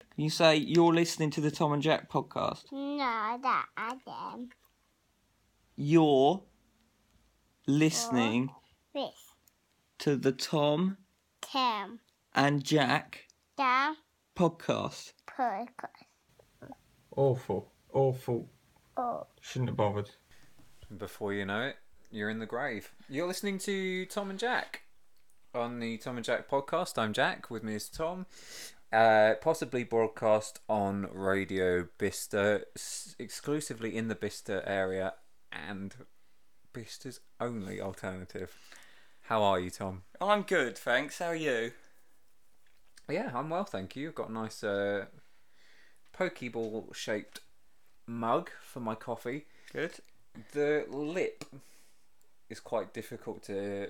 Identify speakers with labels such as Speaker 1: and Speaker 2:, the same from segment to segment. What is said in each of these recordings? Speaker 1: Can you say you're listening to the Tom and Jack podcast?
Speaker 2: No, that I am
Speaker 1: You're listening
Speaker 2: with
Speaker 1: to the Tom
Speaker 2: Tim
Speaker 1: and Jack
Speaker 2: down
Speaker 1: podcast.
Speaker 2: podcast.
Speaker 3: Awful. Awful.
Speaker 2: Oh,
Speaker 3: Shouldn't have bothered.
Speaker 4: Before you know it, you're in the grave. You're listening to Tom and Jack on the Tom and Jack podcast. I'm Jack. With me is Tom. Uh, possibly broadcast on Radio Bista, s- exclusively in the Bista area and Bista's only alternative. How are you, Tom?
Speaker 1: I'm good, thanks. How are you?
Speaker 4: Yeah, I'm well, thank you. I've got a nice uh, Pokeball shaped mug for my coffee.
Speaker 1: Good.
Speaker 4: the lip is quite difficult to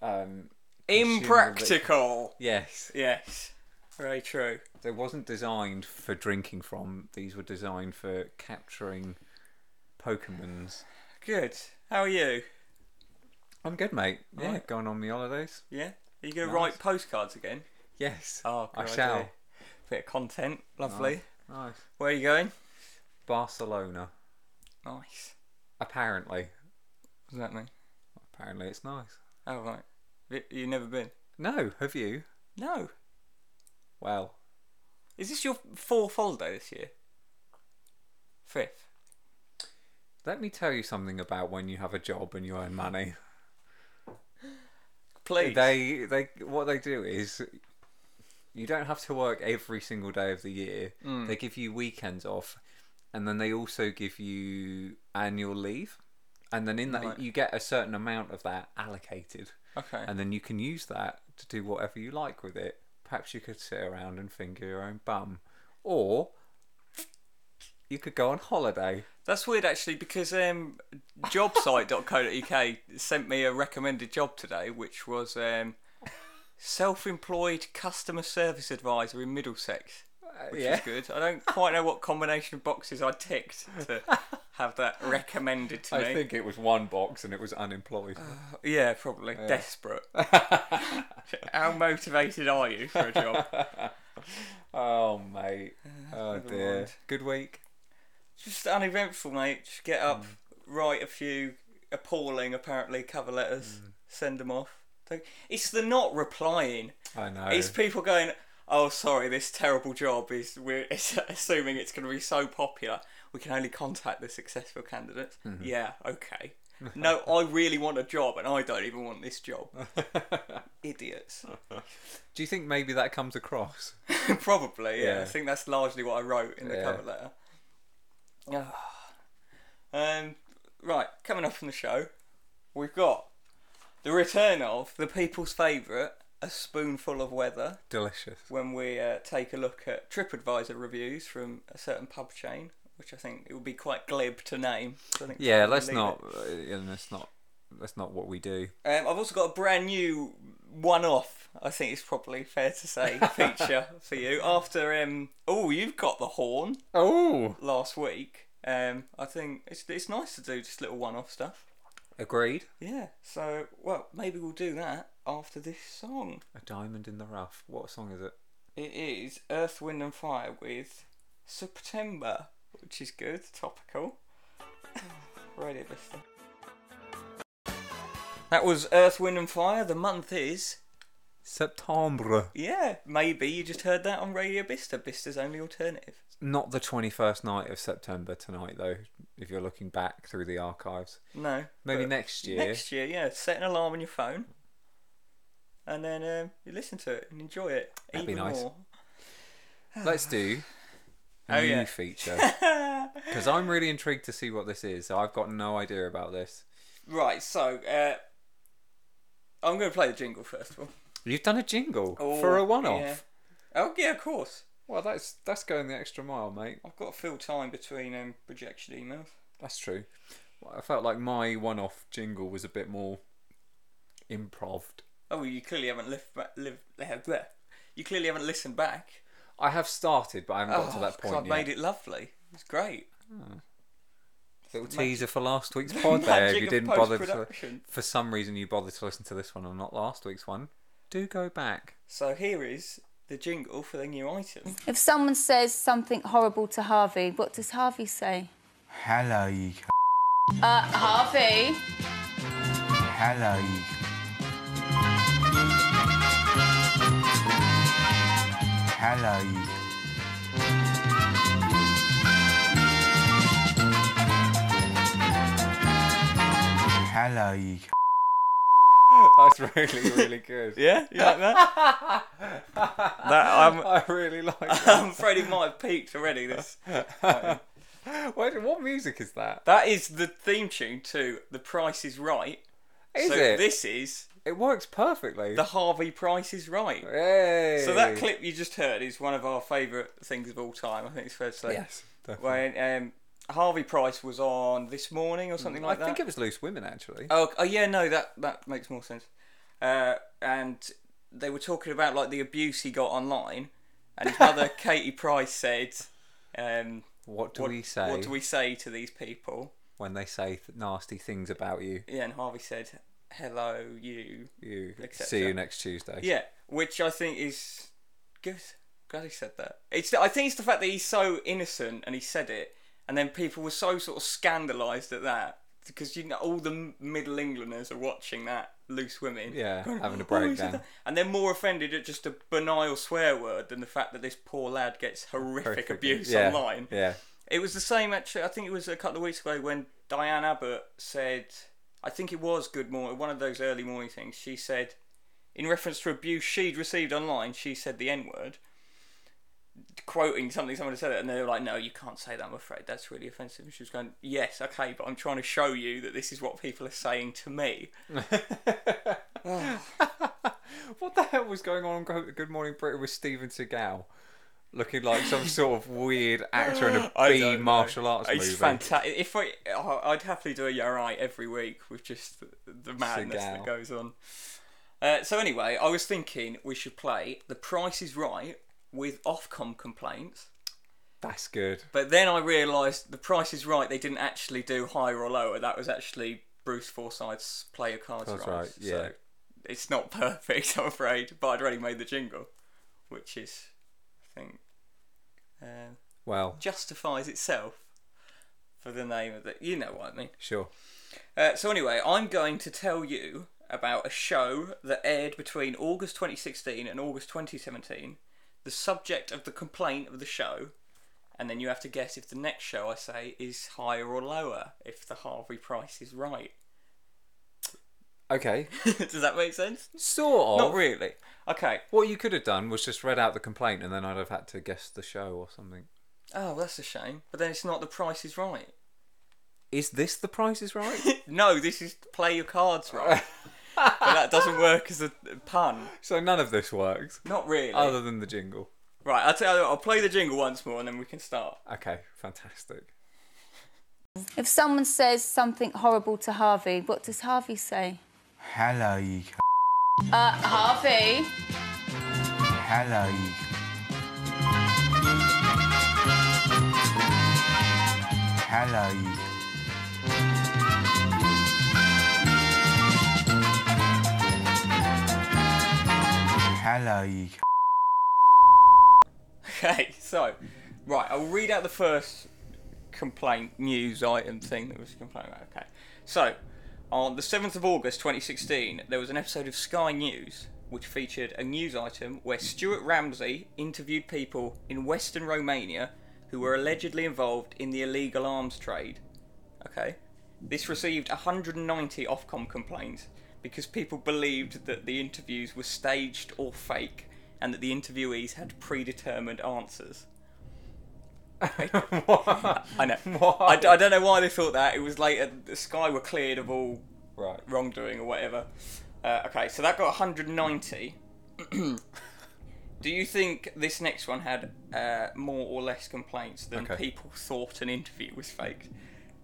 Speaker 4: um consume with it.
Speaker 1: Impractical.
Speaker 4: yes
Speaker 1: Yes. Very true.
Speaker 4: they wasn't designed for drinking from these were designed for capturing pokemons
Speaker 1: Good. How are you?
Speaker 4: i'm good mate yeah
Speaker 1: Yeah.
Speaker 4: going on my holidays
Speaker 1: Yeah. Are you going to
Speaker 4: Nice.
Speaker 1: write postcards again?
Speaker 4: yes
Speaker 1: Oh,
Speaker 4: i
Speaker 1: good
Speaker 4: shall
Speaker 1: idea. Bit of content. Lovely.
Speaker 4: nice
Speaker 1: Where are you going?
Speaker 4: barcelona
Speaker 1: Nice.
Speaker 4: apparently
Speaker 1: What does that mean?
Speaker 4: apparently it's nice
Speaker 1: Oh, right. Y- You've never been?
Speaker 4: no have you
Speaker 1: No.
Speaker 4: well
Speaker 1: Is this your fourth holiday this year? Fifth.
Speaker 4: let me tell you something about when you have a job and you earn money
Speaker 1: Please.
Speaker 4: They they what they do is you don't have to work every single day of the year.
Speaker 1: Mm.
Speaker 4: They give you weekends off, and then they also give you annual leave, and then in that
Speaker 1: Right.
Speaker 4: you get a certain amount of that allocated,
Speaker 1: Okay.
Speaker 4: and then you can use that to do whatever you like with it. Perhaps you could sit around and finger your own bum, or you could go on holiday.
Speaker 1: That's weird actually because um, jobsite.co.uk sent me a recommended job today, which was um, self-employed customer service advisor in Middlesex, which
Speaker 4: Uh, yeah.
Speaker 1: is good. I don't quite know what combination of boxes I ticked to have that recommended to
Speaker 4: I
Speaker 1: me.
Speaker 4: think it was one box and it was unemployed.
Speaker 1: Ah. Yeah, probably desperate. How motivated are you for a job?
Speaker 4: oh mate.
Speaker 1: Uh,
Speaker 4: Oh dear.
Speaker 1: mind.
Speaker 4: Good week.
Speaker 1: Just uneventful, mate. Just get up, write a few appalling, apparently, cover letters, send them off. Don't- It's the not replying.
Speaker 4: I know.
Speaker 1: It's people going, "Oh, sorry, this terrible job is we're it's assuming it's going to be so popular, we can only contact the successful candidates." Yeah, okay. no, I really want a job, and I don't even want this job. Idiots.
Speaker 4: Do you think maybe that comes across?
Speaker 1: Probably, yeah. I
Speaker 4: Yeah.
Speaker 1: think that's largely what I wrote in the
Speaker 4: Yeah.
Speaker 1: cover letter. Ah. um, right, coming up from the show, we've got the return of the people's favourite, A Spoonful of Weather,
Speaker 4: Delicious.
Speaker 1: when we uh, take a look at TripAdvisor reviews from a certain pub chain, which I think it would be quite glib to name. So I think
Speaker 4: Yeah,
Speaker 1: we'll
Speaker 4: let's
Speaker 1: leave
Speaker 4: not.
Speaker 1: it.
Speaker 4: uh, yeah, Let's not. That's not what we do.
Speaker 1: Um, I've also got a brand new one-off. I think it's probably fair to say feature for you. After um, oh, you've got the horn
Speaker 4: Oh,
Speaker 1: last week. Um, I think it's it's nice to do just little one-off stuff.
Speaker 4: agreed.
Speaker 1: Yeah. So well, maybe we'll do that after this song.
Speaker 4: A diamond in the rough. What song is it?
Speaker 1: It is Earth, Wind and Fire with September, which is good, topical. Radio listener. That was Earth, Wind and Fire. The month is
Speaker 4: Septembre.
Speaker 1: Yeah, maybe you just heard that on Radio Bista, Bista's only alternative.
Speaker 4: Not the twenty-first night of September tonight, though. If you're looking back through the archives,
Speaker 1: No.
Speaker 4: maybe
Speaker 1: but
Speaker 4: next year.
Speaker 1: Next year, yeah. Set an alarm on your phone, and then um, you listen to it and enjoy it
Speaker 4: That'd be
Speaker 1: even
Speaker 4: nice.
Speaker 1: more.
Speaker 4: Let's do a
Speaker 1: Oh,
Speaker 4: new
Speaker 1: yeah.
Speaker 4: feature because I'm really intrigued to see what this is. So I've got no idea about this.
Speaker 1: Right, so uh, I'm going to play the jingle first of all.
Speaker 4: You've done a jingle
Speaker 1: Oh,
Speaker 4: for a one-off.
Speaker 1: yeah. Oh yeah, of course.
Speaker 4: Well, that's that's going the extra mile, mate.
Speaker 1: I've got to fill time between um, rejection emails.
Speaker 4: That's true. Well, I felt like my one-off jingle was a bit more improved.
Speaker 1: Oh, well, you clearly haven't lived back, live, bleh. You clearly haven't listened back.
Speaker 4: I have started, but I haven't got to
Speaker 1: Oh,
Speaker 4: that
Speaker 1: 'cause
Speaker 4: point
Speaker 1: I've
Speaker 4: yet.
Speaker 1: made it lovely. It's great.
Speaker 4: Little teaser for last week's pod there. If
Speaker 1: Magic
Speaker 4: you
Speaker 1: of
Speaker 4: didn't bother to,
Speaker 1: post-production.
Speaker 4: for some reason you bothered to listen to this one and not last week's one, do go back.
Speaker 1: So here is the jingle for the new item.
Speaker 5: If someone says something horrible to Harvey, what does Harvey say?
Speaker 6: Hello, you. c-
Speaker 5: Uh, Harvey.
Speaker 6: Hello, you. c- Hello, you. c- Hello, you. c-
Speaker 4: That's really, really good.
Speaker 1: Yeah, um, you like that? that
Speaker 4: I really like
Speaker 1: I'm,
Speaker 4: that.
Speaker 1: I'm afraid it Um, might have peaked already. This
Speaker 4: what, what music is that?
Speaker 1: that is the theme tune to The Price Is Right.
Speaker 4: Is
Speaker 1: so
Speaker 4: it?
Speaker 1: this is
Speaker 4: It works perfectly.
Speaker 1: the Harvey Price Is Right.
Speaker 4: Hey.
Speaker 1: So that clip you just heard is one of our favourite things of all time. I think it's fair to say.
Speaker 4: Yes. definitely.
Speaker 1: When um, Harvey Price was on this morning or something like
Speaker 4: Mm,
Speaker 1: that.
Speaker 4: I think it was Loose Women actually.
Speaker 1: Oh, oh yeah, no, that that makes more sense. Uh, and they were talking about like the abuse he got online, and his mother, Katie Price, said, um,
Speaker 4: What do
Speaker 1: what,
Speaker 4: we say
Speaker 1: What do we say to these people?"
Speaker 4: when they say th- nasty things about you?
Speaker 1: Yeah, and Harvey said, "Hello, you."
Speaker 4: You
Speaker 1: Etc.
Speaker 4: see you next Tuesday.
Speaker 1: Yeah, which I think is good. Glad he said that. It's I think it's the fact that he's so innocent and he said it, and then people were so sort of scandalised at that because you know all the m- Middle Englanders are watching that loose women.
Speaker 4: Yeah, having a
Speaker 1: "Oh, he said
Speaker 4: breakdown."
Speaker 1: that." and they're more offended at just a banal swear word than the fact that this poor lad gets horrific,
Speaker 4: Perfect.
Speaker 1: abuse
Speaker 4: Yeah,
Speaker 1: online.
Speaker 4: Yeah.
Speaker 1: It was the same actually. I think it was a couple of weeks ago when Diane Abbott said, I think it was Good Morning, one of those early morning things. She said, in reference to abuse she'd received online, she said the N word, quoting something someone had said it, and they were like, "No, you can't say that. I'm afraid that's really offensive." And she was going, "Yes, okay, but I'm trying to show you that this is what people are saying to me."
Speaker 4: What the hell was going on on Go- Good Morning Britain with Steven Seagal? Looking like some sort of weird actor in a
Speaker 1: I
Speaker 4: B
Speaker 1: don't know.
Speaker 4: martial arts
Speaker 1: It's
Speaker 4: movie.
Speaker 1: fantastic. If I, oh, I'd happily do a you right every week with just the, the madness
Speaker 4: Seagal.
Speaker 1: that goes on. Uh, so anyway, I was thinking we should play The Price Is Right with Ofcom complaints,
Speaker 4: That's good.
Speaker 1: but then I realised The Price Is Right they didn't actually do higher or lower. That was actually Bruce Forsyth's Player Cards
Speaker 4: That's
Speaker 1: Right.
Speaker 4: right, yeah.
Speaker 1: So it's not perfect, I'm afraid. But I'd already made the jingle, which is, I think. Uh,
Speaker 4: Well,
Speaker 1: justifies itself for the name of the. You know what I mean.
Speaker 4: sure.
Speaker 1: Uh, so anyway, I'm going to tell you about a show that aired between August 2016 and August 2017. The subject of the complaint of the show, and then you have to guess if the next show I say is higher or lower if the Harvey Price is right.
Speaker 4: Okay.
Speaker 1: Does that make sense?
Speaker 4: Sort of.
Speaker 1: Not really. Okay.
Speaker 4: What you could have done was just read out the complaint and then I'd have had to guess the show or something.
Speaker 1: Oh, that's a shame. But then it's not the Price is Right.
Speaker 4: Is this the price is right?
Speaker 1: No, this is play your cards right. but that doesn't work as a pun.
Speaker 4: so none of this works.
Speaker 1: Not really.
Speaker 4: Other than the jingle.
Speaker 1: Right, I'll tell you, what, I'll play the jingle once more and then we can start.
Speaker 4: Okay, fantastic.
Speaker 5: If someone says something horrible to Harvey, what does Harvey say?
Speaker 6: Hello, you. c-
Speaker 5: Uh, Harvey.
Speaker 6: Hello, you. c- Hello, you. c- Hello, you. c-
Speaker 1: Okay, so, right, I'll read out the first complaint news item thing that was complaining about. Okay, so, on the 7th of August 2016, there was an episode of Sky News which featured a news item where Stuart Ramsey interviewed people in Western Romania who were allegedly involved in the illegal arms trade. Okay. This received 190 Ofcom complaints because people believed that the interviews were staged or fake and that the interviewees had predetermined answers.
Speaker 4: what?
Speaker 1: I know.
Speaker 4: Why?
Speaker 1: I, d- I don't know why they thought that. It was later, the Sky were cleared of all
Speaker 4: Right.
Speaker 1: wrongdoing or whatever. Uh, okay, so that got 190. Do you think this next one had uh, more or less complaints than
Speaker 4: Okay.
Speaker 1: people thought an interview was faked?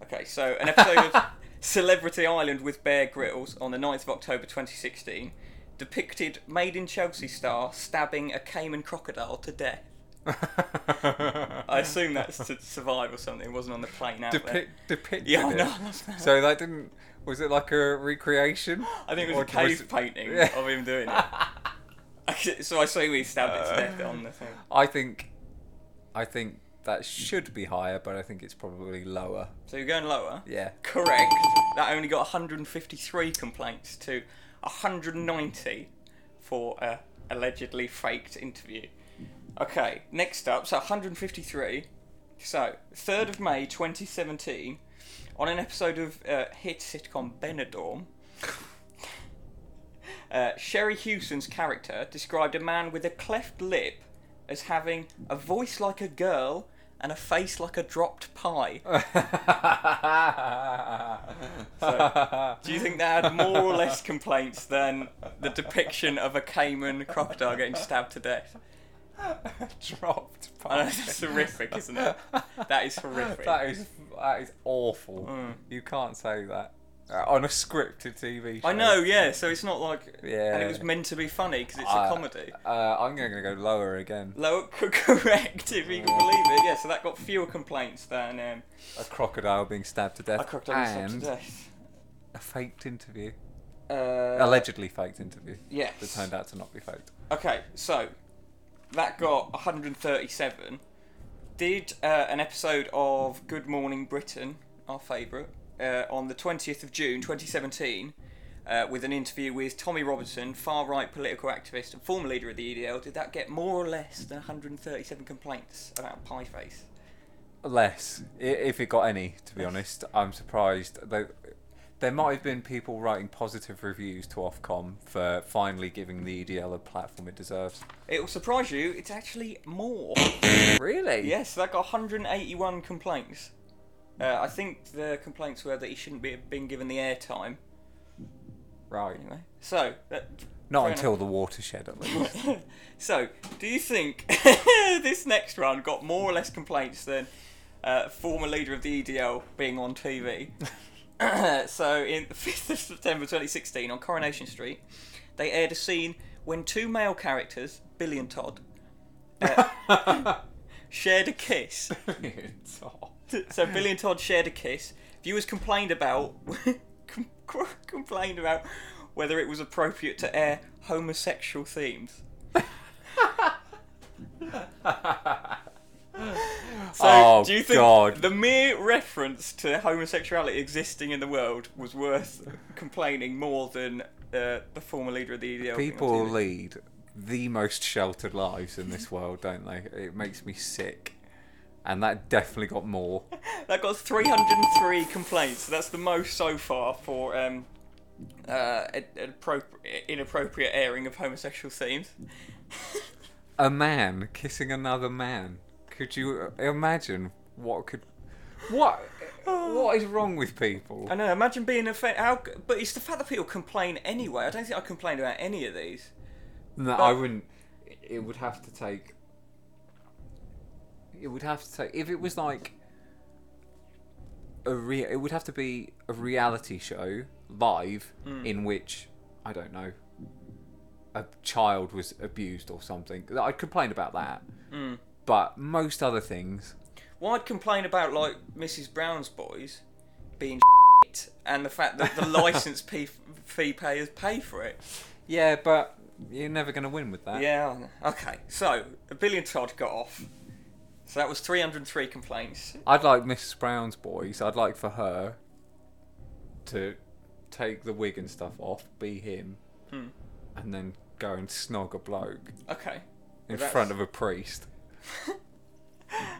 Speaker 1: Okay, so an episode of Celebrity Island with Bear Grylls on the 9th of October 2016 depicted Made in Chelsea star stabbing a Cayman crocodile to death. I assume that's to survive or something. It wasn't on the plane out there.
Speaker 4: Depict, depicted
Speaker 1: Yeah, I
Speaker 4: it.
Speaker 1: know, I love that.
Speaker 4: So that didn't. Was it like a recreation?
Speaker 1: I think it was
Speaker 4: Or
Speaker 1: a cave
Speaker 4: it-
Speaker 1: painting
Speaker 4: Yeah.
Speaker 1: of him doing it. so I assume he stabbed it to death on the thing.
Speaker 4: I think, I think that should be higher, but I think it's probably lower.
Speaker 1: So you're going lower?
Speaker 4: Yeah.
Speaker 1: Correct. That only got 153 complaints to 190 for a allegedly faked interview. Okay, next up, so 153. So, 3rd of May 2017, on an episode of uh, hit sitcom Benidorm, uh, Sherry Hewson's character described a man with a cleft lip as having a voice like a girl and a face like a dropped pie. Do you think that had more or less complaints than the depiction of a caiman crocodile getting stabbed to death?
Speaker 4: Dropped.
Speaker 1: I know, that's horrific, isn't it? That is horrific.
Speaker 4: That is that is awful.
Speaker 1: Mm.
Speaker 4: You can't say that Uh, on a scripted TV show.
Speaker 1: I know, yeah. So it's not like, and it
Speaker 4: Yeah.
Speaker 1: was meant to be funny because it's a
Speaker 4: Uh,
Speaker 1: comedy.
Speaker 4: Uh, I'm going to go lower again.
Speaker 1: Lower c- correct, if you can believe it. Yeah, so that got fewer complaints than um,
Speaker 4: A crocodile being stabbed to death.
Speaker 1: a crocodile being stabbed
Speaker 4: and
Speaker 1: to death.
Speaker 4: a faked interview.
Speaker 1: Uh,
Speaker 4: Allegedly faked interview.
Speaker 1: yes.
Speaker 4: That turned out to not be faked.
Speaker 1: Okay, so that got 137. Did uh, an episode of Good Morning Britain, our favourite, uh, on the 20th of June 2017, uh, with an interview with Tommy Robertson, far right political activist and former leader of the EDL, did that get more or less than 137 complaints about Pie Face?
Speaker 4: Less, i- if it got any, to be honest. I'm surprised. Though There might have been people writing positive reviews to Ofcom for finally giving the EDL a platform it deserves.
Speaker 1: It will surprise you, it's actually more.
Speaker 4: Really?
Speaker 1: yes, that got 181 complaints. Uh, I think the complaints were that he shouldn't be been given the airtime.
Speaker 4: Right.
Speaker 1: Anyway, so uh, that,
Speaker 4: Not
Speaker 1: Fair
Speaker 4: until the watershed, at least.
Speaker 1: so do you think this next round got more or less complaints than uh, former leader of the EDL being on TV? so in the 5th of September 2016 on Coronation Street, they aired a scene when two male characters, Billy and Todd, uh, shared a kiss. so Billy and Todd shared a kiss. Viewers complained about com- complained about whether it was appropriate to air homosexual themes. so,
Speaker 4: Oh,
Speaker 1: do you think
Speaker 4: God.
Speaker 1: the mere reference to homosexuality existing in the world was worth complaining more than uh, the former leader of the EDL? being on
Speaker 4: People
Speaker 1: TV?
Speaker 4: lead the most sheltered lives in this world, don't they? It makes me sick. And that definitely got more.
Speaker 1: That got 303 complaints. That's the most so far for um, uh, an appropri- inappropriate airing of homosexual themes.
Speaker 4: A man kissing another man. Could you uh, imagine what could. What? What is wrong with people?
Speaker 1: I know. Imagine being offended. How? But it's the fact that people complain anyway. I don't think I complained about any of these.
Speaker 4: No, I wouldn't. It would have to take. It would have to take. If it was like a real, it would have to be a reality show live in which I don't know a child was abused or something. I'd complain about that. But most other things,
Speaker 1: Well, I'd complain about like Mrs. Brown's boys being shit and the fact that the license fee, fee payers pay for it.
Speaker 4: yeah. But you're never going to win with that.
Speaker 1: Yeah. I know. Okay. So a billion Todd got off. So that was 303 complaints.
Speaker 4: I'd like Miss Brown's boys. I'd like for her to take the wig and stuff off, be him,
Speaker 1: Hmm.
Speaker 4: and then go and snog a bloke
Speaker 1: Okay.
Speaker 4: in
Speaker 1: that's-
Speaker 4: front of a priest.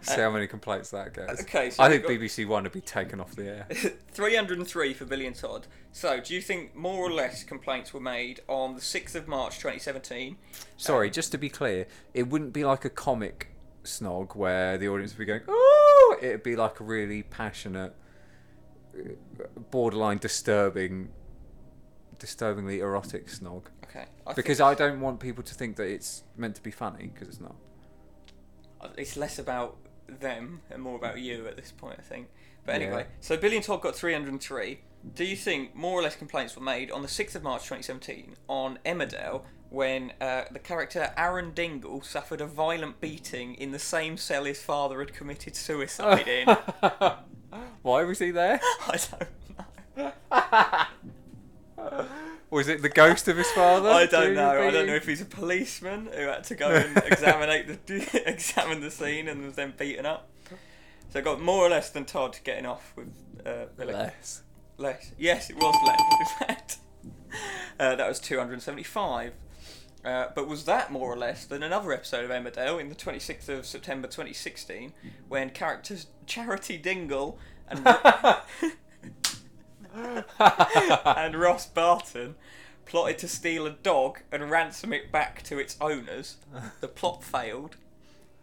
Speaker 4: See how many complaints that gets.
Speaker 1: Uh, okay, so
Speaker 4: I
Speaker 1: we've
Speaker 4: think
Speaker 1: got-
Speaker 4: BBC One would be taken off the air.
Speaker 1: 303 for Billy and Todd. So, do you think more or less complaints were made on the 6th of March 2017?
Speaker 4: Sorry, just to be clear, it wouldn't be like a comic snog where the audience would be going, "Oh!" It'd be like a really passionate, uh, borderline disturbing, disturbingly erotic snog.
Speaker 1: Okay. I
Speaker 4: because I don't want people to think that it's meant to be funny because it's not.
Speaker 1: think it's less about them and more about you at this point, I think. But
Speaker 4: Yeah.
Speaker 1: anyway, so Billy and Todd got 303. Do you think more or less complaints were made on the 6th of March 2017 on Emmerdale when uh, the character Aaron Dingle suffered a violent beating in the same cell his father had committed suicide in? I
Speaker 4: Why was he there?
Speaker 1: don't know.
Speaker 4: Was it the ghost of his father?
Speaker 1: I don't
Speaker 4: who
Speaker 1: know. I don't
Speaker 4: beat
Speaker 1: know
Speaker 4: him?
Speaker 1: if he's a policeman who had to go and examine the examine the scene and was then beaten up. So I got more or less than Todd getting off with uh, Billy.
Speaker 4: Less.
Speaker 1: Less. Yes, it was less. In fact, uh, that was 275. Uh, but was that more or less than another episode of Emmerdale in the 26th of September 2016, when characters Charity Dingle and and Ross Barton plotted to steal a dog and ransom it back to its owners. The plot failed,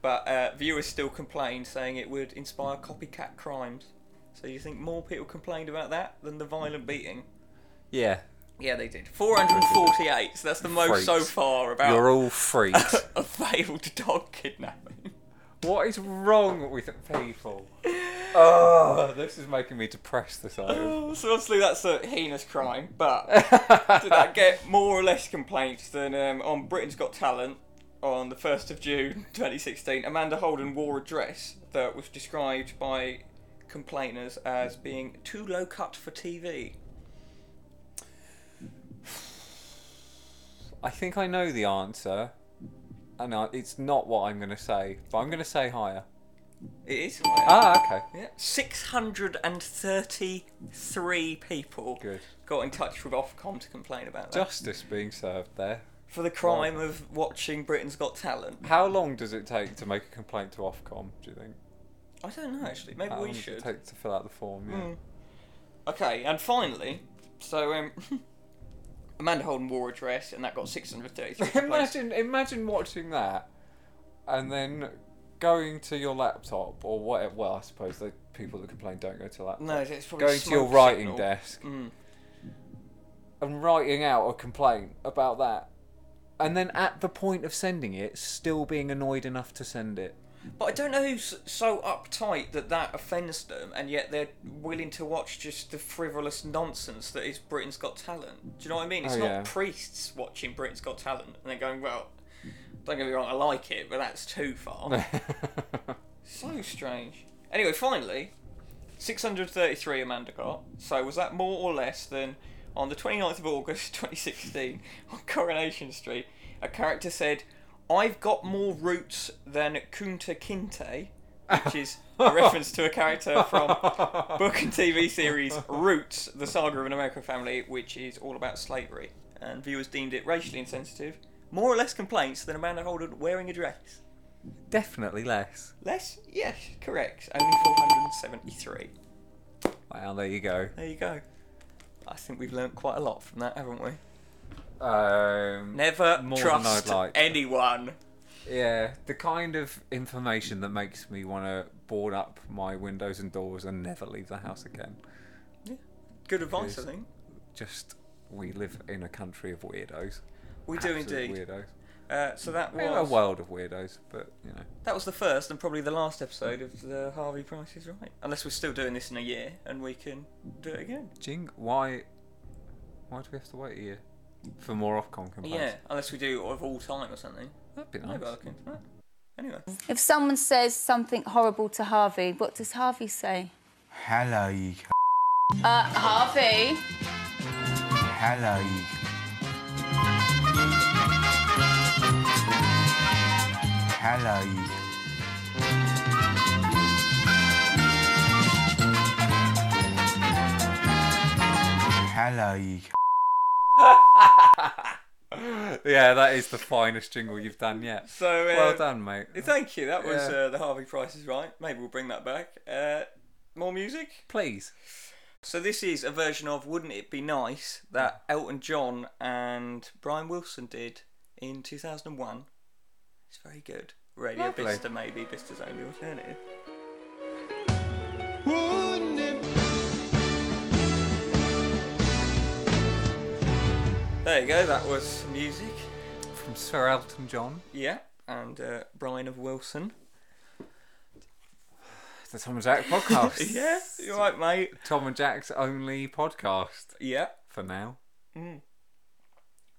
Speaker 1: but uh, viewers still complained, saying it would inspire copycat crimes. So you think more people complained about that than the
Speaker 4: Mm-hmm.
Speaker 1: violent beating?
Speaker 4: Yeah.
Speaker 1: Yeah, they did. 448. So that's the most so
Speaker 4: Freaks.
Speaker 1: far about
Speaker 4: You're all freaks.
Speaker 1: a failed dog kidnapping.
Speaker 4: what is wrong with people? Oh, this is making me depressed this item.
Speaker 1: so obviously that's a heinous crime, but did that get more or less complaints than um, on Britain's Got Talent on the 1st of June 2016? Amanda Holden wore a dress that was described by complainers as being too low cut for TV.
Speaker 4: I think I know the answer. And I, it's not what I'm going to say, but I'm going to say higher.
Speaker 1: It is. Ah.
Speaker 4: Ah, okay.
Speaker 1: Yeah. 633 people
Speaker 4: Good.
Speaker 1: got in touch with Ofcom to complain about that.
Speaker 4: Justice being served there.
Speaker 1: for the crime of watching Britain's Got Talent.
Speaker 4: How long does it take to make a complaint to Ofcom, do you think?
Speaker 1: I don't know actually, maybe
Speaker 4: How
Speaker 1: we
Speaker 4: long
Speaker 1: should.
Speaker 4: does it take to fill out the form? Yeah.
Speaker 1: Okay, and finally, so um, Amanda Holden wore a dress, and that got 633. complaints.
Speaker 4: imagine imagine watching that and then going to your laptop or what well i suppose the people that complain don't go to laptop
Speaker 1: No, it's probably
Speaker 4: going to your
Speaker 1: smoke
Speaker 4: writing
Speaker 1: signal. Hmm.
Speaker 4: desk and writing out a complaint about that and then at the point of sending it still being annoyed enough to send it
Speaker 1: But I don't know who's so uptight that that offends them, and yet they're willing to watch just the frivolous nonsense that is Britain's Got Talent. Do you know what I mean? It's
Speaker 4: Oh,
Speaker 1: not
Speaker 4: yeah.
Speaker 1: priests watching Britain's Got Talent and then going, well, don't get me wrong, I like it, but that's too far. so strange. Anyway, finally, 633 Amanda got. So was that more or less than on the 29th of August 2016 on Coronation Street, a character said, I've got more roots than Kunta Kinte, which is a reference to a character from book and TV series Roots, the saga of an American family, which is all about slavery. And viewers deemed it racially insensitive. More or less complaints than Amanda Holden wearing a dress.
Speaker 4: definitely less
Speaker 1: Less? Yes, correct. Only 473.
Speaker 4: well there you go
Speaker 1: There you go. I think we've learnt quite a lot from that, haven't we?
Speaker 4: um
Speaker 1: Never
Speaker 4: More than
Speaker 1: trust
Speaker 4: I'd like.
Speaker 1: anyone.
Speaker 4: Yeah, the kind of information that makes me want to board up my windows and doors and never leave the house again.
Speaker 1: Good advice, I
Speaker 4: Yes.
Speaker 1: think.
Speaker 4: Just we live in a country of weirdos.
Speaker 1: We do
Speaker 4: Absolute
Speaker 1: indeed.
Speaker 4: Weirdos.
Speaker 1: Uh, so that
Speaker 4: We're in a
Speaker 1: was
Speaker 4: world of weirdos, but you know.
Speaker 1: that was the first and probably the last episode of the Harvey Price is Right. Unless we're still doing this in a year and we can do it again.
Speaker 4: Jing, why why do we have to wait a year for more Ofcom complaints?
Speaker 1: Yeah, unless we do of all time or something.
Speaker 4: That'd be nice.
Speaker 1: Maybe I'll look into that. Anyway,
Speaker 5: If someone says something horrible to Harvey, what does Harvey say?
Speaker 6: Hello, you c-
Speaker 5: Uh, Harvey.
Speaker 6: hello, you c- hello, you c- hello, you c-
Speaker 4: yeah, that is the finest jingle you've done yet.
Speaker 1: so uh,
Speaker 4: Well done, mate.
Speaker 1: Thank you. That was
Speaker 4: Yeah.
Speaker 1: uh, the Harvey Price is Right. Maybe we'll bring that back. Uh, more music.
Speaker 4: Please.
Speaker 1: So this is a version of "Wouldn't It Be Nice" that Elton John and Brian Wilson did in 2001. It's very good. Radio
Speaker 4: Lovely.
Speaker 1: Bista maybe Bista's only alternative. There you go. That was some music.
Speaker 4: From Sir Elton John.
Speaker 1: Yeah, and uh, Brian of Wilson.
Speaker 4: The Tom and Jack podcast.
Speaker 1: Yeah, you're right, mate.
Speaker 4: Tom and Jack's only podcast
Speaker 1: Yeah.
Speaker 4: for now.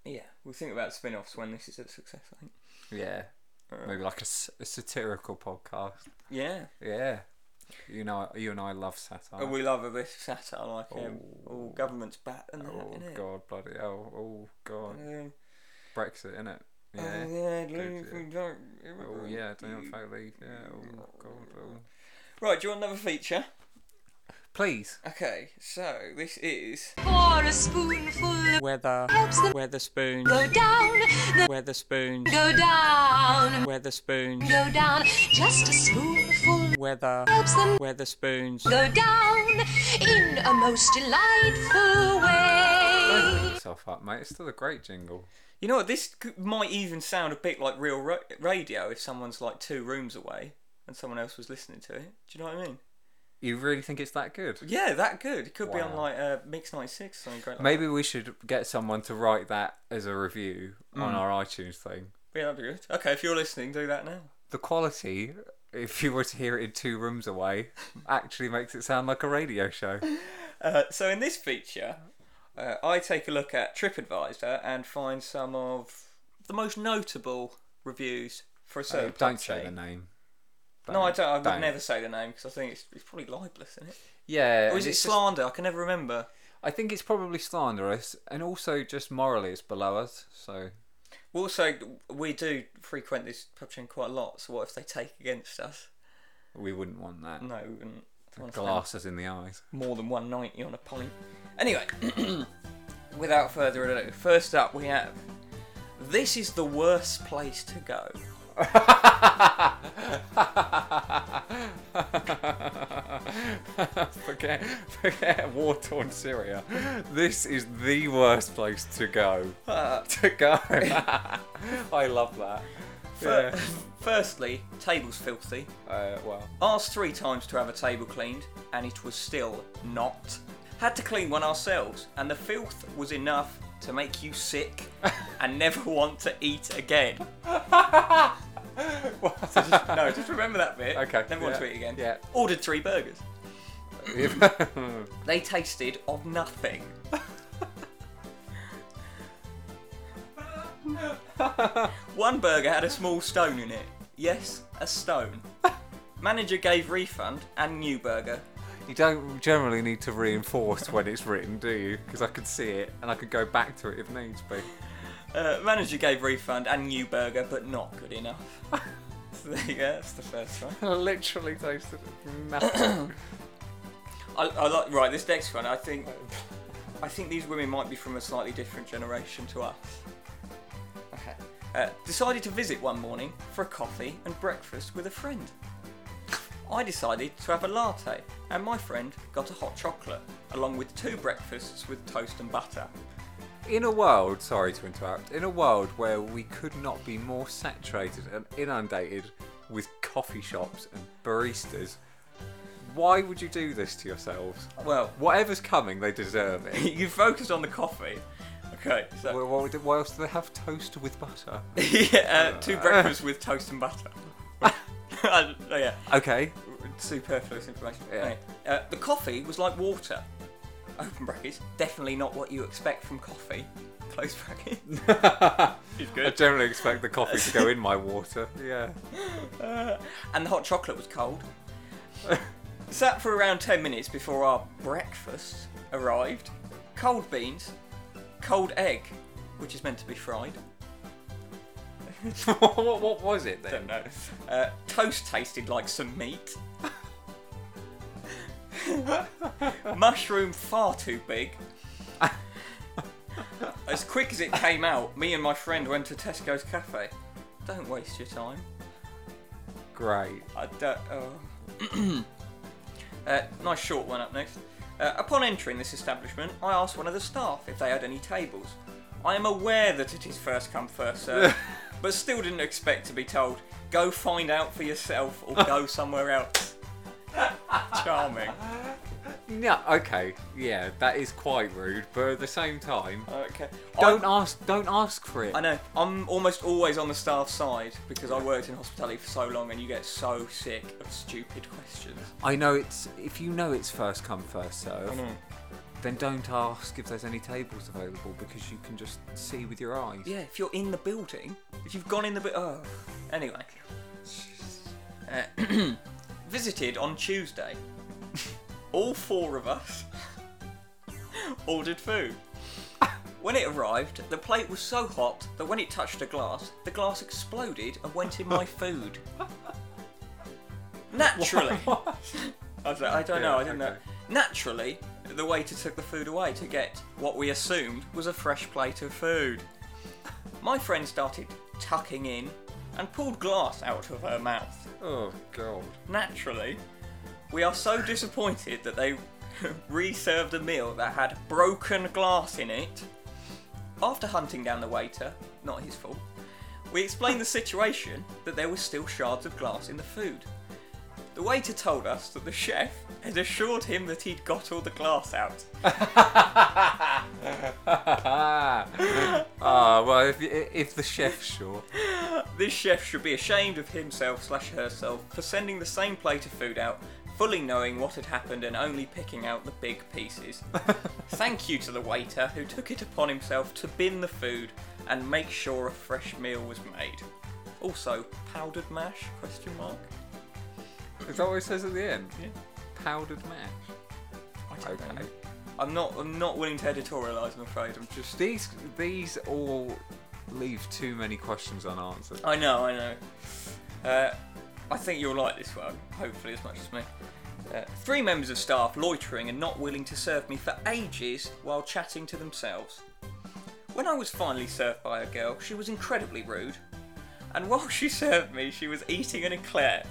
Speaker 1: Yeah, we'll think about spin-offs when this is a success. I think. Uh.
Speaker 4: Yeah. Maybe like a, s- a satirical podcast.
Speaker 1: Yeah,
Speaker 4: Yeah. You know, you and I love satire.
Speaker 1: And Oh, we love a bit of satire like him. Oh, government's bat and that,
Speaker 4: oh
Speaker 1: innit?
Speaker 4: god, bloody hell! Oh god,
Speaker 1: Um,
Speaker 4: Brexit, innit? Yeah.
Speaker 1: Oh, yeah, leave,
Speaker 4: Brexit.
Speaker 1: we don't.
Speaker 4: Oh yeah, damn fake leaf. Yeah. Oh god. Oh.
Speaker 1: Right, do you want another feature?
Speaker 4: Please.
Speaker 1: Okay, so this is
Speaker 7: For a spoonful
Speaker 1: Weather
Speaker 7: helps them
Speaker 1: Weatherspoon
Speaker 7: go down, the
Speaker 1: Weatherspoon
Speaker 7: go down,
Speaker 1: Weatherspoon
Speaker 7: go down. Just a spoonful
Speaker 1: Weather
Speaker 7: helps them
Speaker 1: Weatherspoons
Speaker 7: go down in a most delightful
Speaker 4: Don't
Speaker 7: way.
Speaker 4: beat yourself up, mate. It's still a great jingle.
Speaker 1: You know what? This c- might even sound a bit like real ra- radio if someone's like two rooms away and someone else was listening to it. Do you know what I mean?
Speaker 4: You really think it's that good?
Speaker 1: Yeah, that good. It could be on
Speaker 4: Wow.
Speaker 1: like uh, Mix 96 or something great. Like
Speaker 4: Maybe we should get someone to write that as a review on
Speaker 1: Mm.
Speaker 4: our iTunes thing.
Speaker 1: that. Yeah, that'd be good. Okay, if you're listening, do that now.
Speaker 4: The quality, if you were to hear it in two rooms away, actually makes it sound like a radio show.
Speaker 1: Uh, so in this feature, uh, I take a look at TripAdvisor and find some of the most notable reviews for a certain
Speaker 4: Oh, Don't say the
Speaker 1: property.
Speaker 4: name.
Speaker 1: No, I don't. I would
Speaker 4: Don't.
Speaker 1: never say the name because I think it's, it's probably libelous, isn't it?
Speaker 4: Yeah.
Speaker 1: Or
Speaker 4: and
Speaker 1: is it
Speaker 4: it's just-
Speaker 1: slander? I can never remember.
Speaker 4: I think it's probably slanderous, and also just morally, it's below us. So
Speaker 1: Well, also, we do frequent this pub chain quite a lot. So what if they take against us?
Speaker 4: we wouldn't want that.
Speaker 1: No, we wouldn't. I don't wanna
Speaker 4: Glasses in the eyes.
Speaker 1: spend More than one ninety on a pint. Anyway, without further ado, first up we have. This is the worst place to go.
Speaker 4: forget, forget war torn Syria. This is the worst place to go. to go. I love that.
Speaker 1: Fir-
Speaker 4: Yeah.
Speaker 1: Firstly, table's filthy.
Speaker 4: Uh, well,
Speaker 1: Asked three times to have a table cleaned, and it was still not. Had to clean one ourselves, and the filth was enough to make you sick and never want to eat again. So
Speaker 4: Uh,
Speaker 1: just- no, just remember that bit.
Speaker 4: Okay,
Speaker 1: Never want to
Speaker 4: yeah,
Speaker 1: eat again.
Speaker 4: yeah.
Speaker 1: Ordered three burgers. They tasted of nothing. One burger had a small stone in it. Yes, a stone. Manager gave refund and new burger.
Speaker 4: you don't generally need to reinforce when it's written, do you? Because I could see it and I could go back to it if needs be.
Speaker 1: Uh, manager gave refund and new burger, but not good enough. so there you go, that's the first one.
Speaker 4: I literally tasted nothing.
Speaker 1: I, I like right this next one. I think I think these women might be from a slightly different generation to us. Okay. Uh, decided to visit one morning for a coffee and breakfast with a friend. I decided to have a latte, and my friend got a hot chocolate along with two breakfasts with toast and butter.
Speaker 4: in a world, sorry to interrupt, in a world where we could not be more saturated and inundated with coffee shops and baristas, why would you do this to yourselves?
Speaker 1: Well,
Speaker 4: Whatever's coming, they deserve it.
Speaker 1: you focused on the coffee. Okay, so
Speaker 4: Wha- what, would- what else do they have? Toast with butter.
Speaker 1: yeah, uh, two breakfasts with toast and butter. oh, yeah,
Speaker 4: Okay.
Speaker 1: superfluous information.
Speaker 4: Yeah.
Speaker 1: Anyway, uh, the coffee was like water. Open brackets. Definitely not what you expect from coffee. Close bracket. It's
Speaker 4: I generally expect the coffee to go in my water. Yeah.
Speaker 1: and the hot chocolate was cold. Sat for around 10 minutes before our breakfast arrived. Cold beans, cold egg, which is meant to be fried.
Speaker 4: what, what was it
Speaker 1: Don't
Speaker 4: then?
Speaker 1: know. Uh, toast tasted like some meat. Mushroom far too big. as quick as it came out, me and my friend went to Tesco's cafe. Don't waste your time.
Speaker 4: Great.
Speaker 1: I don't. Oh. uh, nice short one up next. Uh, upon entering this establishment, I asked one of the staff if they had any tables. I am aware that it is first come first served, but still didn't expect to be told, "Go find out for yourself or go somewhere else." Charming.
Speaker 4: No, okay. Yeah, that is quite rude, but at the same time,
Speaker 1: Okay.
Speaker 4: don't ask. Don't ask for it.
Speaker 1: I know. I'm almost always on the staff side because I worked in hospitality for so long, and you get so sick of stupid questions.
Speaker 4: I know it's if you know it's first come first serve, then don't ask if there's any tables available because you can just see with your eyes.
Speaker 1: Yeah, if you're in the building, if you've gone in the bu- oh. Anyway, Uh, visited on Tuesday. All four of us ordered food. When it arrived, the plate was so hot that when it touched a glass, the glass exploded and went in my food. Naturally. I, was like, I don't know, I didn't know.
Speaker 4: Okay.
Speaker 1: Naturally, the waiter took the food away to get what we assumed was a fresh plate of food. My friend started tucking in and pulled glass out of her mouth.
Speaker 4: Oh god.
Speaker 1: Naturally, we are so disappointed that they reserved a meal that had broken glass in it. After hunting down the waiter, not his fault, we explained the situation that there were still shards of glass in the food. The waiter told us that the chef had assured him that he'd got all the glass out.
Speaker 4: Ah, Ah, well, if, if the chef sure.
Speaker 1: This chef should be ashamed of himself slash herself for sending the same plate of food out, fully knowing what had happened and only picking out the big pieces. Thank you to the waiter who took it upon himself to bin the food and make sure a fresh meal was made. Also, powdered mash? Question mark.
Speaker 4: Is that what it says at the end? Powdered mash. Okay.
Speaker 1: I'm not. I'm not willing to editorialise. I'm afraid. I'm just.
Speaker 4: These these all leave too many questions unanswered.
Speaker 1: I know, I know. Uh, I think you'll like this one, hopefully, as much as me. Uh, three members of staff loitering and not willing to serve me for ages while chatting to themselves. When I was finally served by a girl, she was incredibly rude. And while she served me, she was eating an eclair.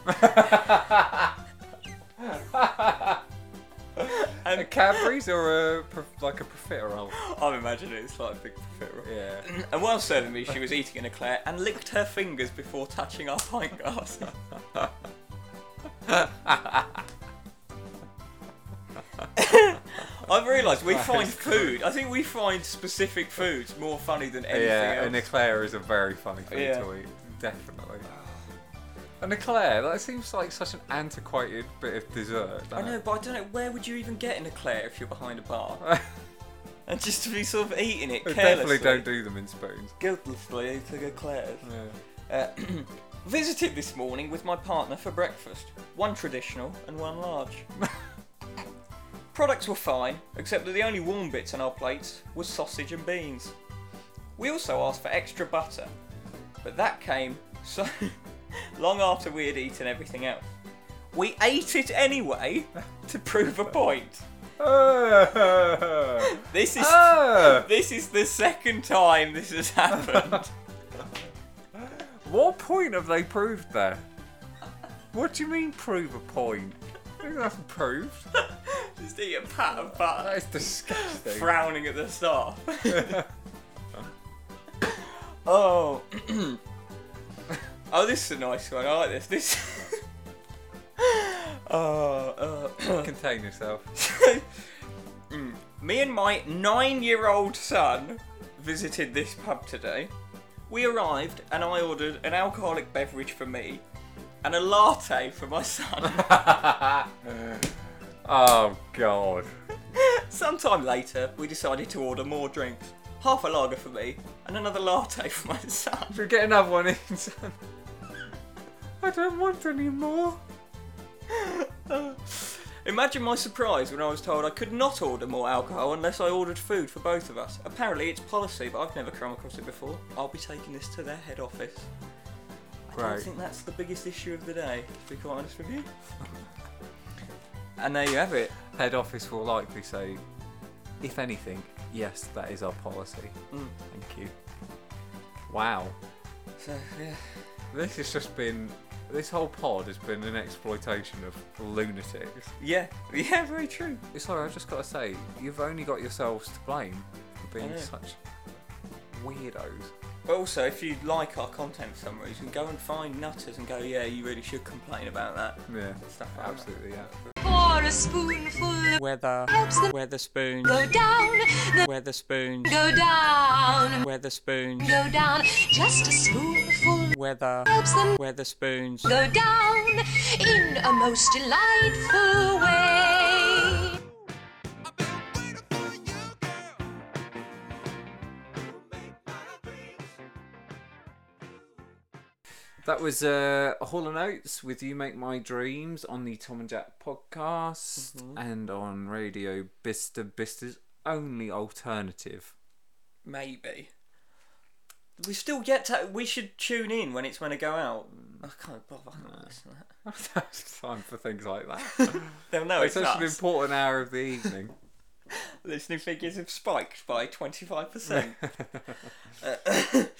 Speaker 4: A Cadbury's or a prof- like a profiterole?
Speaker 1: I'm imagining it's like a big profiterole.
Speaker 4: Yeah.
Speaker 1: And while serving me, she was eating an eclair and licked her fingers before touching our pint glass. I've realised we find food. I think we find specific foods more funny than anything
Speaker 4: Yeah,
Speaker 1: else.
Speaker 4: an eclair is a very funny food
Speaker 1: Yeah.
Speaker 4: to eat. Definitely. An eclair, that seems like such an antiquated bit of dessert.
Speaker 1: I
Speaker 4: doesn't
Speaker 1: know,
Speaker 4: it?
Speaker 1: but I don't know where would you even get an eclair if you're behind a bar and just to be sort of eating it
Speaker 4: They
Speaker 1: carelessly.
Speaker 4: definitely don't do them in spoons.
Speaker 1: guiltlessly eating eclairs.
Speaker 4: Yeah.
Speaker 1: Uh, visited this morning with my partner for breakfast. One traditional and one large. Products were fine, except that the only warm bits on our plates was sausage and beans. We also asked for extra butter, but that came so long after we had eaten everything else. We ate it anyway to prove a point.
Speaker 4: Oh,
Speaker 1: This is
Speaker 4: oh.
Speaker 1: this is the second time this has happened.
Speaker 4: What point have they proved there? What do you mean prove a point? There's nothing proved.
Speaker 1: Just eat a pat of butter.
Speaker 4: That is disgusting.
Speaker 1: frowning at the staff. oh. oh, this is a nice one. I like this. This. oh, uh,
Speaker 4: Contain yourself.
Speaker 1: Mm. Me and my nine year old son visited this pub today. We arrived and I ordered an alcoholic beverage for me and a latte for my son.
Speaker 4: Oh god.
Speaker 1: Sometime later, we decided to order more drinks. Half a lager for me and another latte for my son.
Speaker 4: Should we get another one in, son? I don't want any more.
Speaker 1: Imagine my surprise when I was told I could not order more alcohol unless I ordered food for both of us. Apparently, it's policy, but I've never come across it before. I'll be taking this to their head office. I don't
Speaker 4: Right.
Speaker 1: think that's the biggest issue of the day, to be quite honest with you. and there you have it.
Speaker 4: Head office will likely say, if anything, yes, that is our policy. Thank you. Wow.
Speaker 1: So, yeah.
Speaker 4: This has just been. This whole pod has been an exploitation of lunatics.
Speaker 1: Yeah, yeah, very true.
Speaker 4: Sorry, I've just got to say, you've only got yourselves to blame for
Speaker 1: I
Speaker 4: being
Speaker 1: know.
Speaker 4: such weirdos.
Speaker 1: But also, if you like our content summaries, you can go and find Nutters and go, yeah, you really should complain about that.
Speaker 4: Yeah,
Speaker 1: Stuff like that.
Speaker 4: absolutely. Yeah.
Speaker 7: For a spoonful,
Speaker 1: Weather,
Speaker 7: Helps them-
Speaker 1: Weatherspoon,
Speaker 7: go down, the
Speaker 1: Weatherspoon,
Speaker 7: go down,
Speaker 1: Weatherspoon,
Speaker 7: go down. Just a spoonful
Speaker 1: Weather,
Speaker 7: helps them
Speaker 1: Weatherspoons.
Speaker 7: go down in a most delightful way.
Speaker 4: That was uh, Hall and Oates with "You Make My Dreams" on the Tom and Jack podcast
Speaker 1: Mm-hmm.
Speaker 4: and on Radio Bista Bista's only alternative.
Speaker 1: Maybe. We still yet to. We should tune in when it's going to go out. I can't bother. I don't listen to that.
Speaker 4: That's time for things like that.
Speaker 1: They'll know
Speaker 4: it's
Speaker 1: it's
Speaker 4: such an
Speaker 1: us.
Speaker 4: important hour of the evening.
Speaker 1: Listening figures have spiked by twenty five percent.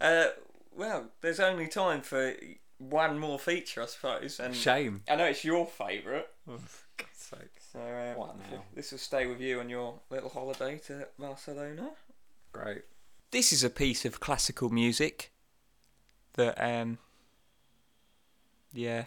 Speaker 1: Uh, Well, there's only time for one more feature, I suppose. And
Speaker 4: Shame.
Speaker 1: I know it's your favourite.
Speaker 4: Oh, for God's sake.
Speaker 1: So uh,
Speaker 4: What now?
Speaker 1: this will stay with you on your little holiday to Barcelona.
Speaker 4: Great.
Speaker 1: This is a piece of classical music that, um, yeah.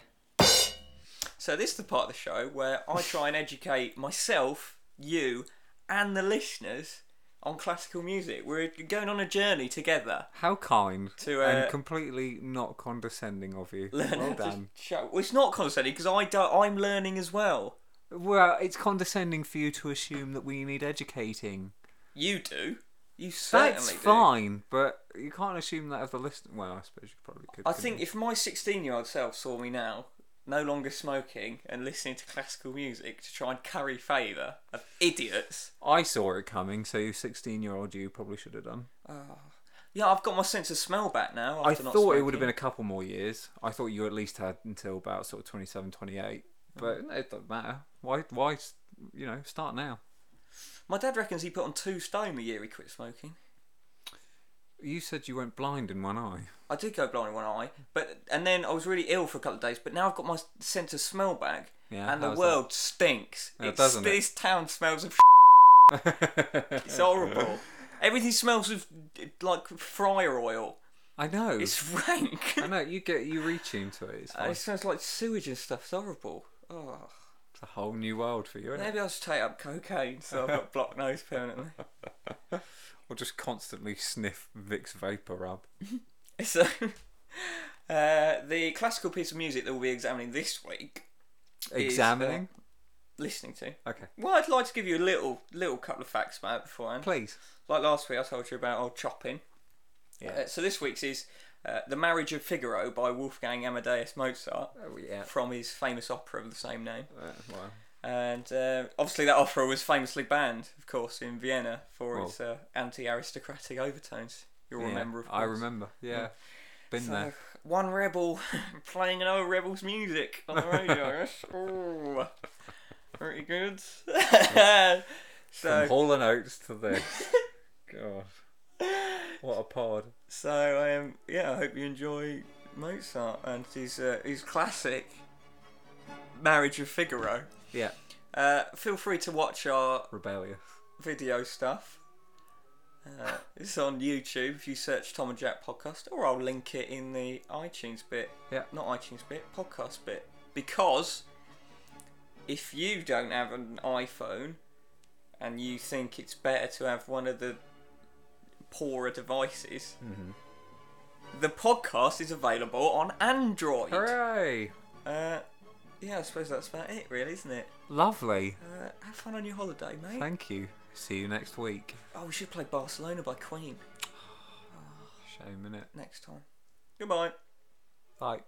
Speaker 1: So this is the part of the show where I try and educate myself, you, and the listeners on classical music. We're going on a journey together.
Speaker 4: How kind
Speaker 1: To, uh,
Speaker 4: and completely not condescending of you.
Speaker 1: Learn
Speaker 4: Well
Speaker 1: how to
Speaker 4: done.
Speaker 1: show. Well, it's not condescending because I do, I'm learning as well.
Speaker 4: Well, it's condescending for you to assume that we need educating.
Speaker 1: You do. You certainly
Speaker 4: That's
Speaker 1: do.
Speaker 4: fine, but you can't assume that of the listener. Well, I suppose you probably could.
Speaker 1: I
Speaker 4: couldn't
Speaker 1: think
Speaker 4: you?
Speaker 1: if my 16 year old self saw me now, no longer smoking and listening to classical music to try and curry favour of idiots,
Speaker 4: I saw it coming, so you sixteen-year-old you probably should have done.
Speaker 1: yeah, I've got my sense of smell back now.
Speaker 4: I
Speaker 1: After
Speaker 4: thought
Speaker 1: not
Speaker 4: it would have been a
Speaker 1: smoking.
Speaker 4: couple more years. I thought you at least had until about sort of 27, 28. But
Speaker 1: Mm.
Speaker 4: it doesn't matter. Why? Why? s- You know, start now.
Speaker 1: My dad reckons he put on two stone the year he quit smoking.
Speaker 4: You said you went blind in one eye.
Speaker 1: I did go blind in one eye, but and then I was really ill for a couple of days. But now I've got my sense of smell back,
Speaker 4: Yeah,
Speaker 1: and the
Speaker 4: how's that?
Speaker 1: world stinks.
Speaker 4: Yeah,
Speaker 1: It's-
Speaker 4: doesn't it?
Speaker 1: This town smells of. it's horrible. Everything smells of like fryer oil.
Speaker 4: I know.
Speaker 1: It's rank.
Speaker 4: I know. You get you retune to it. It's,
Speaker 1: Uh,
Speaker 4: fine.
Speaker 1: it sounds like sewage and stuff. It's horrible. Oh,
Speaker 4: It's a whole new world for you, isn't
Speaker 1: maybe
Speaker 4: it?
Speaker 1: I'll just take up cocaine so I've got blocked nose permanently.
Speaker 4: Or just constantly sniff Vicks vapor rub.
Speaker 1: So, uh, the classical piece of music that we'll be examining this week, uh,
Speaker 4: Examining.
Speaker 1: listening to.
Speaker 4: Okay.
Speaker 1: Well, I'd like to give you a little, little couple of facts about it beforehand.
Speaker 4: Please.
Speaker 1: Like last week, I told you about old chopping.
Speaker 4: Yeah.
Speaker 1: Uh, so this week's is uh, "The Marriage of Figaro" by Wolfgang Amadeus Mozart
Speaker 4: Oh yeah.
Speaker 1: from his famous opera of the same name.
Speaker 4: Uh, well,
Speaker 1: And uh, obviously, that opera was famously banned, of course, in Vienna for
Speaker 4: Well.
Speaker 1: its uh, anti aristocratic overtones. You'll
Speaker 4: yeah,
Speaker 1: remember, of course.
Speaker 4: I remember. Yeah. Been
Speaker 1: So,
Speaker 4: there.
Speaker 1: one rebel playing another rebel's music on the radio. yes. Ooh. Pretty good.
Speaker 4: From
Speaker 1: so,
Speaker 4: Hall and Oates to this. God. What a pod.
Speaker 1: so um, yeah, I hope you enjoy Mozart and his, uh, his classic Marriage of Figaro.
Speaker 4: Yeah.
Speaker 1: Uh, feel free to watch our
Speaker 4: Rebellious.
Speaker 1: video stuff. Uh, it's on YouTube if you search Tom and Jack podcast, or I'll link it in the iTunes bit.
Speaker 4: Yeah.
Speaker 1: Not iTunes bit, podcast bit. Because if you don't have an iPhone and you think it's better to have one of the poorer devices,
Speaker 4: Mm-hmm.
Speaker 1: the podcast is available on Android.
Speaker 4: Hooray!
Speaker 1: Uh, yeah, I suppose that's about it, really, isn't it?
Speaker 4: Lovely.
Speaker 1: Uh, have fun on your holiday, mate.
Speaker 4: Thank you. See you next week.
Speaker 1: Oh, we should play Barcelona by Queen
Speaker 4: Shame, innit?
Speaker 1: next time. Goodbye.
Speaker 4: Bye.